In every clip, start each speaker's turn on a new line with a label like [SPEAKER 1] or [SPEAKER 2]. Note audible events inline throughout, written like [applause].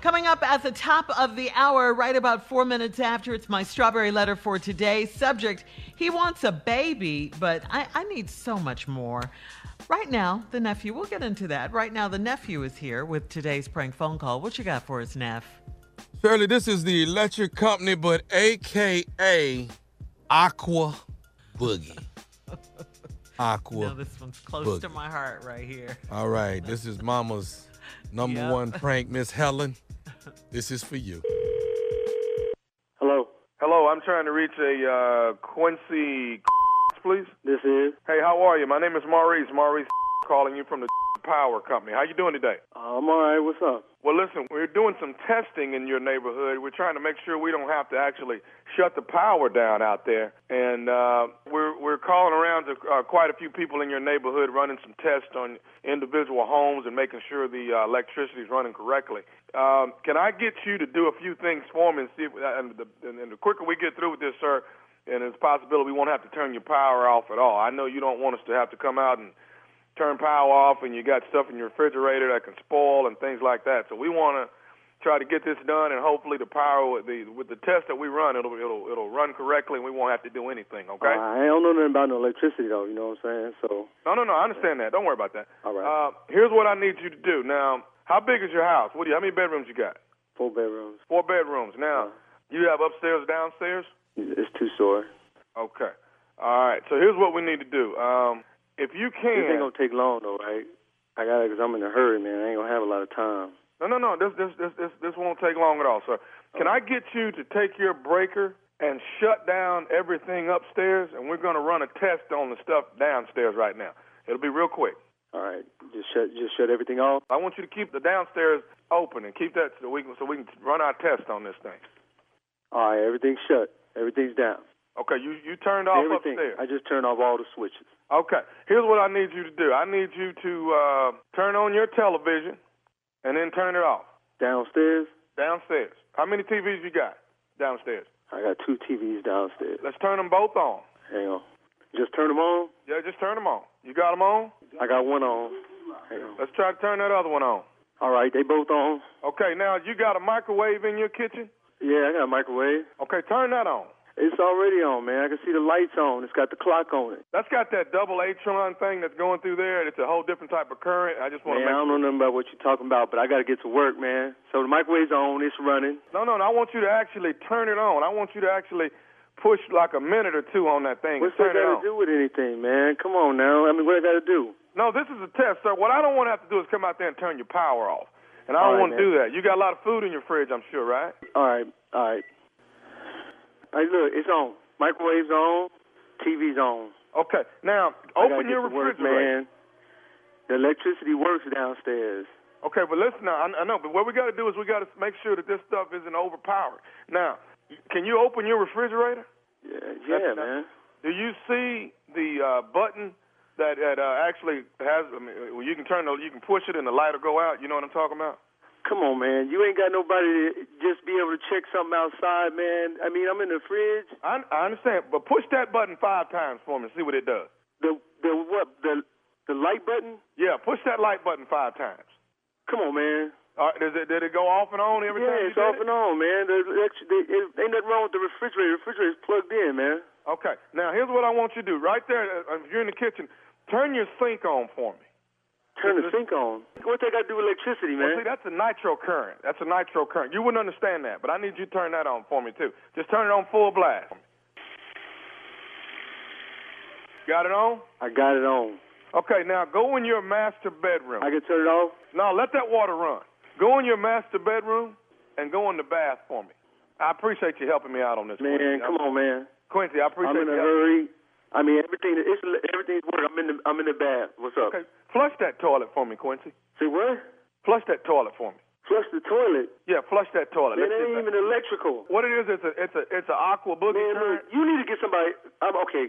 [SPEAKER 1] Coming up at the top of the hour, right about four minutes after, it's my strawberry letter for today. Subject He wants a baby, but I, I need so much more. Right now, the nephew, we'll get into that. Right now, the nephew is here with today's prank phone call. What you got for us, Neff?
[SPEAKER 2] Shirley, this is the electric company, but AKA Aqua
[SPEAKER 1] [laughs]
[SPEAKER 2] Boogie. Aqua.
[SPEAKER 1] No, this one's close to
[SPEAKER 2] Boogie.
[SPEAKER 1] my heart right here.
[SPEAKER 2] All right, this is Mama's number
[SPEAKER 1] Yeah.
[SPEAKER 2] one prank,
[SPEAKER 1] [laughs]
[SPEAKER 2] Miss Helen. This is for you.
[SPEAKER 3] Hello,
[SPEAKER 4] Hello, I'm trying to reach a uh, Quincy, [laughs] please.
[SPEAKER 3] this is.
[SPEAKER 4] Hey, how are you? My name is Maurice. Maurice [laughs] calling you from the [laughs] power company. How you doing today?
[SPEAKER 3] I'm all right. What's up?
[SPEAKER 4] Well, listen, we're doing some testing in your neighborhood. We're trying to make sure we don't have to actually shut the power down out there. And uh, we're we're calling around to uh, quite a few people in your neighborhood, running some tests on individual homes and making sure the uh, electricity is running correctly. Um, can I get you to do a few things for me and see if uh, and the, and, and the quicker we get through with this, sir, and it's a possibility we won't have to turn your power off at all. I know you don't want us to have to come out and turn power off and you got stuff in your refrigerator that can spoil and things like that. So we want to try to get this done and hopefully the power with the with the test that we run it'll it'll it'll run correctly and we won't have to do anything, okay?
[SPEAKER 3] Uh, I don't know nothing about no electricity though. You know what I'm saying? So
[SPEAKER 4] No, no, no, I understand that. Don't worry about that.
[SPEAKER 3] All right.
[SPEAKER 4] Uh here's what I need you to do. Now, how big is your house? What do you how many bedrooms you got?
[SPEAKER 3] four bedrooms. Uh,
[SPEAKER 4] Four bedrooms. Now, you have upstairs, downstairs?
[SPEAKER 3] It's two story.
[SPEAKER 4] Okay. All right. So here's what we need to do. Um if you
[SPEAKER 3] This ain't
[SPEAKER 4] can
[SPEAKER 3] gonna take long though, right? I got it because I'm in a hurry, man. I ain't gonna have a lot of time.
[SPEAKER 4] No, no, no. This, this, this, this, this won't take long at all, sir. Can I get you to take your breaker and shut down everything upstairs? And we're going to run a test on the stuff downstairs right now. It'll be real quick.
[SPEAKER 3] All right, just shut, just shut everything off.
[SPEAKER 4] I want you to keep the downstairs open and keep that so we can, so we can run our test on this thing.
[SPEAKER 3] All right, everything's shut. Everything's down.
[SPEAKER 4] Okay, you, you turned off
[SPEAKER 3] Everything.
[SPEAKER 4] upstairs.
[SPEAKER 3] I just turned off all the switches.
[SPEAKER 4] Okay, here's what I need you to do I need you to uh, turn on your television and then turn it off
[SPEAKER 3] Downstairs,
[SPEAKER 4] downstairs. How many TVs you got downstairs?
[SPEAKER 3] I got two TVs downstairs.
[SPEAKER 4] Let's turn them both on.
[SPEAKER 3] Hang on. Just turn them on.
[SPEAKER 4] Yeah, just turn them on. You got them on?
[SPEAKER 3] I got one on. Hang on.
[SPEAKER 4] Let's try to turn that other one on.
[SPEAKER 3] All right, they both on.
[SPEAKER 4] Okay, now you got a microwave in your kitchen?
[SPEAKER 3] Yeah, I got a microwave.
[SPEAKER 4] Okay, turn that on.
[SPEAKER 3] It's already on, man. I can see the lights on. It's got the clock on it.
[SPEAKER 4] That's got that double atron thing that's going through there. It's a whole different type of current. I just want
[SPEAKER 3] Man, I
[SPEAKER 4] to make.
[SPEAKER 3] don't know nothing about what you're talking about, but I got to get to work, man. So the microwave's on. It's running.
[SPEAKER 4] No, no, no. I want you to actually turn it on. I want you to actually push like a minute or two on that thing
[SPEAKER 3] What's that
[SPEAKER 4] and turn it
[SPEAKER 3] got to
[SPEAKER 4] on.
[SPEAKER 3] do with anything, man? Come on now. I mean, what I got to do?
[SPEAKER 4] No, this is a test, sir. What I don't want to have to do is come out there and turn your power off. And I
[SPEAKER 3] All
[SPEAKER 4] don't
[SPEAKER 3] right, man.
[SPEAKER 4] want to do that. You got a lot of food in your fridge, I'm sure, right?
[SPEAKER 3] All right, all right. All right, look, it's on. Microwave's on. TV's on.
[SPEAKER 4] Okay. Now,
[SPEAKER 3] I gotta
[SPEAKER 4] open
[SPEAKER 3] get
[SPEAKER 4] your
[SPEAKER 3] to work,
[SPEAKER 4] refrigerator.
[SPEAKER 3] man. The electricity works downstairs.
[SPEAKER 4] Okay, but listen now. I, I know, but what we got to do is we got to make sure that this stuff isn't overpowered. Now, can you open your refrigerator?
[SPEAKER 3] Yeah, yeah
[SPEAKER 4] That's-
[SPEAKER 3] man.
[SPEAKER 4] Do you see the uh, button that, that uh, actually has? I mean, well, you can turn the, you can push it, and the light will go out. You know what I'm talking about?
[SPEAKER 3] Come on, man. You ain't got nobody to just be able to check something outside, man. I mean, I'm in the fridge.
[SPEAKER 4] I, I understand, but push that button five times for me and see what it does.
[SPEAKER 3] The the what the the light button?
[SPEAKER 4] Yeah, push that light button five times.
[SPEAKER 3] Come on, man.
[SPEAKER 4] All right, does it, did it go off and on every time?
[SPEAKER 3] yeah,
[SPEAKER 4] you
[SPEAKER 3] it's
[SPEAKER 4] did
[SPEAKER 3] off
[SPEAKER 4] it?
[SPEAKER 3] and on, man. The elect- the- it, ain't nothing wrong with the refrigerator. The refrigerator's plugged in, man.
[SPEAKER 4] Okay. Now here's what I want you to do. Right there, uh, if you're in the kitchen, turn your sink on for me.
[SPEAKER 3] Turn the
[SPEAKER 4] Is this-
[SPEAKER 3] sink on. What they got to do with electricity,
[SPEAKER 4] Well, see,
[SPEAKER 3] man?
[SPEAKER 4] that's a nitro current. That's a nitro current. You wouldn't understand that, but I need you to turn that on for me too. Just turn it on full blast. Got it on?
[SPEAKER 3] I got it on.
[SPEAKER 4] Okay, now go in your master bedroom.
[SPEAKER 3] I can turn it off.
[SPEAKER 4] Now let that water run. Go in your master bedroom and go in the bath for me. I appreciate you helping me out on this,
[SPEAKER 3] Man,
[SPEAKER 4] Quincy.
[SPEAKER 3] come on, man.
[SPEAKER 4] Quincy. I
[SPEAKER 3] I'm in
[SPEAKER 4] appreciate
[SPEAKER 3] a
[SPEAKER 4] you.
[SPEAKER 3] hurry. I mean, everything. It's everything's working. I'm in the I'm in the bath. What's up?
[SPEAKER 4] Okay, flush that toilet for me, Quincy.
[SPEAKER 3] See what?
[SPEAKER 4] Flush that toilet for me.
[SPEAKER 3] Flush the toilet.
[SPEAKER 4] Yeah, flush that toilet.
[SPEAKER 3] Man, that
[SPEAKER 4] Let's get
[SPEAKER 3] ain't
[SPEAKER 4] that-
[SPEAKER 3] even electrical.
[SPEAKER 4] What it is? It's a it's a it's a aqua boogie
[SPEAKER 3] Man,
[SPEAKER 4] current.
[SPEAKER 3] look, you need to get somebody. I'm okay.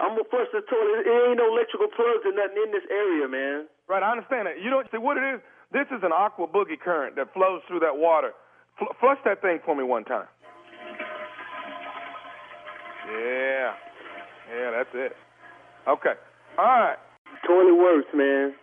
[SPEAKER 3] I'm gonna flush the toilet. It ain't no electrical plugs or nothing in this area, man.
[SPEAKER 4] Right, I understand that. You don't see what it is. This is an aqua boogie current that flows through that water. Fl- flush that thing for me one time. Yeah, yeah, that's it. Okay, all right.
[SPEAKER 3] Toilet works, man.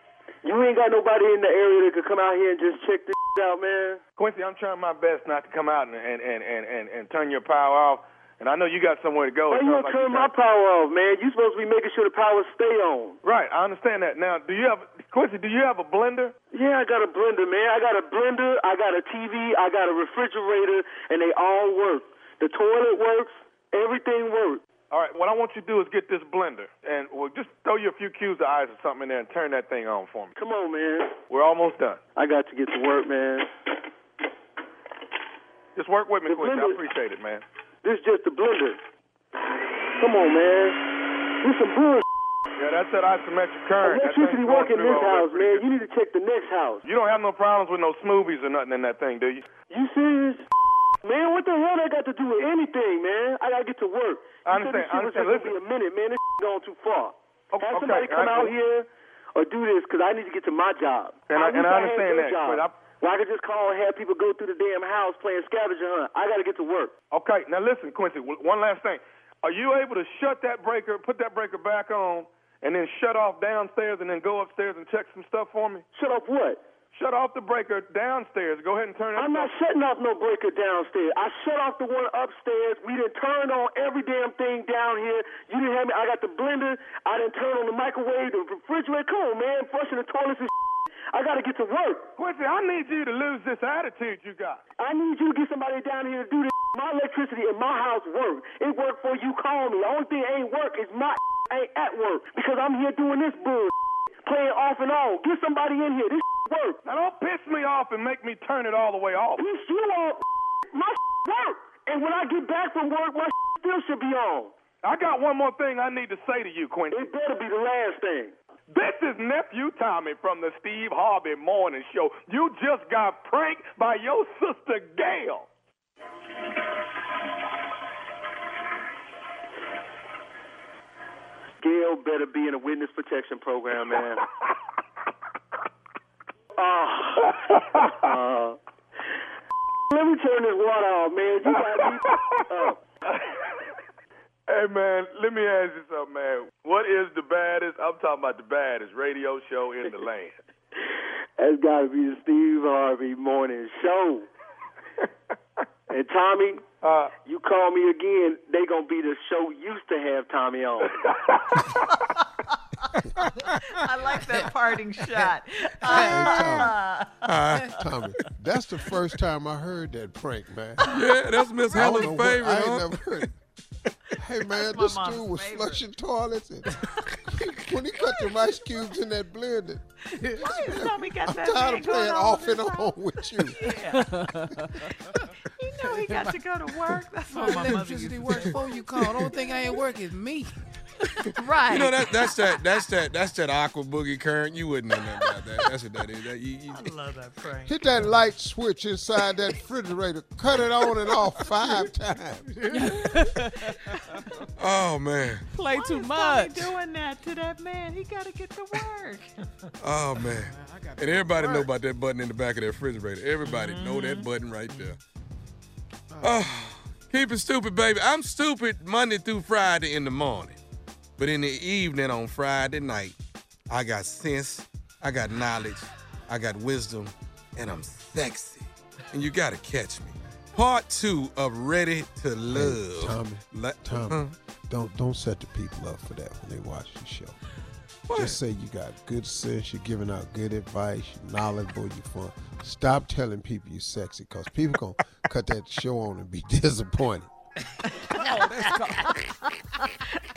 [SPEAKER 3] You ain't got nobody in the area that could come out here and just check this out, man.
[SPEAKER 4] Quincy, I'm trying my best not to come out and and and and, and, and turn your power off. And I know you got somewhere to go.
[SPEAKER 3] Why
[SPEAKER 4] It
[SPEAKER 3] you gonna
[SPEAKER 4] sounds like
[SPEAKER 3] turn
[SPEAKER 4] you're
[SPEAKER 3] my
[SPEAKER 4] trying-
[SPEAKER 3] power off, man? You supposed to be making sure the power stay on.
[SPEAKER 4] Right, I understand that. Now, do you have Quincy? Do you have a blender?
[SPEAKER 3] Yeah, I got a blender, man. I got a blender, I got a TV, I got a refrigerator, and they all work. The toilet works, everything works.
[SPEAKER 4] All right, what I want you to do is get this blender, and we'll just throw you a few cubes of ice or something in there and turn that thing on for me.
[SPEAKER 3] Come on, man.
[SPEAKER 4] We're almost done.
[SPEAKER 3] I got to get to work, man.
[SPEAKER 4] Just work with me,
[SPEAKER 3] The
[SPEAKER 4] Quincy. I
[SPEAKER 3] blender-
[SPEAKER 4] appreciate it, man.
[SPEAKER 3] This just a blender. Come on, man. This some bull.
[SPEAKER 4] Yeah, that's that isometric current. That
[SPEAKER 3] Electricity
[SPEAKER 4] thing's
[SPEAKER 3] work in this
[SPEAKER 4] going through over
[SPEAKER 3] house,
[SPEAKER 4] pretty
[SPEAKER 3] man. You need to check the next house.
[SPEAKER 4] good. You don't have no problems with no smoothies or nothing in that thing, do you?
[SPEAKER 3] You serious? Man, what the hell that got to do with anything, man? I gotta get to work.
[SPEAKER 4] I
[SPEAKER 3] You said this
[SPEAKER 4] understand, I
[SPEAKER 3] shit was
[SPEAKER 4] understand.
[SPEAKER 3] just gonna be a minute, man. This gone too far.
[SPEAKER 4] Okay,
[SPEAKER 3] Have
[SPEAKER 4] okay,
[SPEAKER 3] somebody come
[SPEAKER 4] I-
[SPEAKER 3] out here or do this, cause I need to get to my job.
[SPEAKER 4] And I-
[SPEAKER 3] wish
[SPEAKER 4] and I
[SPEAKER 3] had
[SPEAKER 4] understand
[SPEAKER 3] your
[SPEAKER 4] that,
[SPEAKER 3] job.
[SPEAKER 4] but I-
[SPEAKER 3] Well, I could just call and have people go through the damn house playing scavenger hunt. I gotta get to work.
[SPEAKER 4] Okay, now listen, Quincy. w- One last thing. Are you able to shut that breaker, put that breaker back on, and then shut off downstairs, and then go upstairs and check some stuff for me?
[SPEAKER 3] Shut up, what?
[SPEAKER 4] Shut off the breaker downstairs. Go ahead and turn that.
[SPEAKER 3] I'm not
[SPEAKER 4] stuff-
[SPEAKER 3] shutting off no breaker downstairs. I shut off the one upstairs. We done turned on every damn thing down here. You didn't have me. I got the blender. I done turned on the microwave, the refrigerator. Come on, man. Flushing the toilets and I gotta get to work.
[SPEAKER 4] Quincy, I need you to lose this attitude you got.
[SPEAKER 3] I need you to get somebody down here to do this. My electricity in my house work. It work for you. Call me. The only thing ain't work is my [laughs] ain't at work because I'm here doing this bull [laughs] playing off and on. Get somebody in here. This [laughs] work.
[SPEAKER 4] Now don't piss me off and make me turn it all the way off.
[SPEAKER 3] Piss Oh, you off. [laughs] My work. And when I get back from work, my [laughs] still should be on.
[SPEAKER 4] I got one more thing I need to say to you, Quincy.
[SPEAKER 3] It better be the last thing.
[SPEAKER 4] This is nephew Tommy from the Steve Harvey Morning Show. You just got pranked by your sister Gail.
[SPEAKER 3] Gail better be in a witness protection program, man. [laughs] Ah. Uh, let me turn this water off, man. You got [laughs] me. Oh. up.
[SPEAKER 4] [laughs] Hey man, let me ask you something, man. What is the baddest? I'm talking about the baddest radio show in the land.
[SPEAKER 3] That's got to be the Steve Harvey Morning [laughs] Show. And Tommy,
[SPEAKER 4] Uh,
[SPEAKER 3] you call me again, they gonna be the show used to have Tommy on.
[SPEAKER 1] [laughs] I like that [laughs] parting shot. Uh,
[SPEAKER 5] Hey, Tommy,
[SPEAKER 6] Tommy, that's the first time I heard that
[SPEAKER 2] [laughs]
[SPEAKER 6] prank, man.
[SPEAKER 2] Yeah, that's Miss
[SPEAKER 6] I don't
[SPEAKER 2] Helen's
[SPEAKER 6] know
[SPEAKER 2] favorite.
[SPEAKER 6] what- I ain't
[SPEAKER 2] huh?
[SPEAKER 6] never
[SPEAKER 2] [laughs]
[SPEAKER 6] heard it. Hey man,
[SPEAKER 1] my
[SPEAKER 6] this
[SPEAKER 1] mom's
[SPEAKER 6] dude was
[SPEAKER 1] favorite.
[SPEAKER 6] flushing
[SPEAKER 2] [laughs]
[SPEAKER 6] toilets and when he cut the ice cubes in that blender.
[SPEAKER 1] Why is Tommy got
[SPEAKER 6] I'm
[SPEAKER 1] that
[SPEAKER 6] tired
[SPEAKER 1] thing going
[SPEAKER 6] of playing
[SPEAKER 1] on
[SPEAKER 6] off
[SPEAKER 1] with
[SPEAKER 6] and
[SPEAKER 1] his
[SPEAKER 6] on with you.
[SPEAKER 1] You know he got to go to work. That's
[SPEAKER 5] my
[SPEAKER 1] what my mother used
[SPEAKER 5] electricity
[SPEAKER 1] to
[SPEAKER 5] works for you, call. Don't think I ain't work is
[SPEAKER 1] [laughs]
[SPEAKER 5] me.
[SPEAKER 7] Right.
[SPEAKER 2] You know that that's that that's that that's that aqua boogie current. You wouldn't know nothing about that. That's what that is. That, you, you,
[SPEAKER 1] I love that prank.
[SPEAKER 6] Hit that light switch inside that refrigerator. Cut it on and off five times.
[SPEAKER 2] oh man,
[SPEAKER 5] Play too
[SPEAKER 1] Why is
[SPEAKER 5] much.
[SPEAKER 1] Tommy doing that to that man? He got to get to work.
[SPEAKER 2] oh man. And everybody know about that button in the back of that refrigerator. Everybody know that button right there. Oh, keep it stupid, baby. I'm stupid Monday through Friday in the morning, but in the evening on Friday night, I got sense, I got knowledge, I got wisdom, and I'm sexy. And you gotta catch me. Part two of Ready to Love.
[SPEAKER 6] Tommy,
[SPEAKER 2] Le-
[SPEAKER 6] Tommy, don't don't set the people up for that when they watch the show. Just say you got good sense, you're giving out good advice, you're knowledgeable, you're fun. Stop telling people you're sexy because people going to [laughs] cut that show on and be [laughs] disappointed.
[SPEAKER 1] [laughs]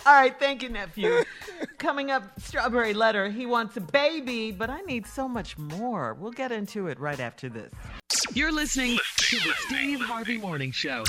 [SPEAKER 1] All right, thank you, nephew. [laughs] Coming up, Strawberry Letter. He wants a baby, but I need so much more. We'll get into it right after this. You're listening to the Steve Harvey Morning Show.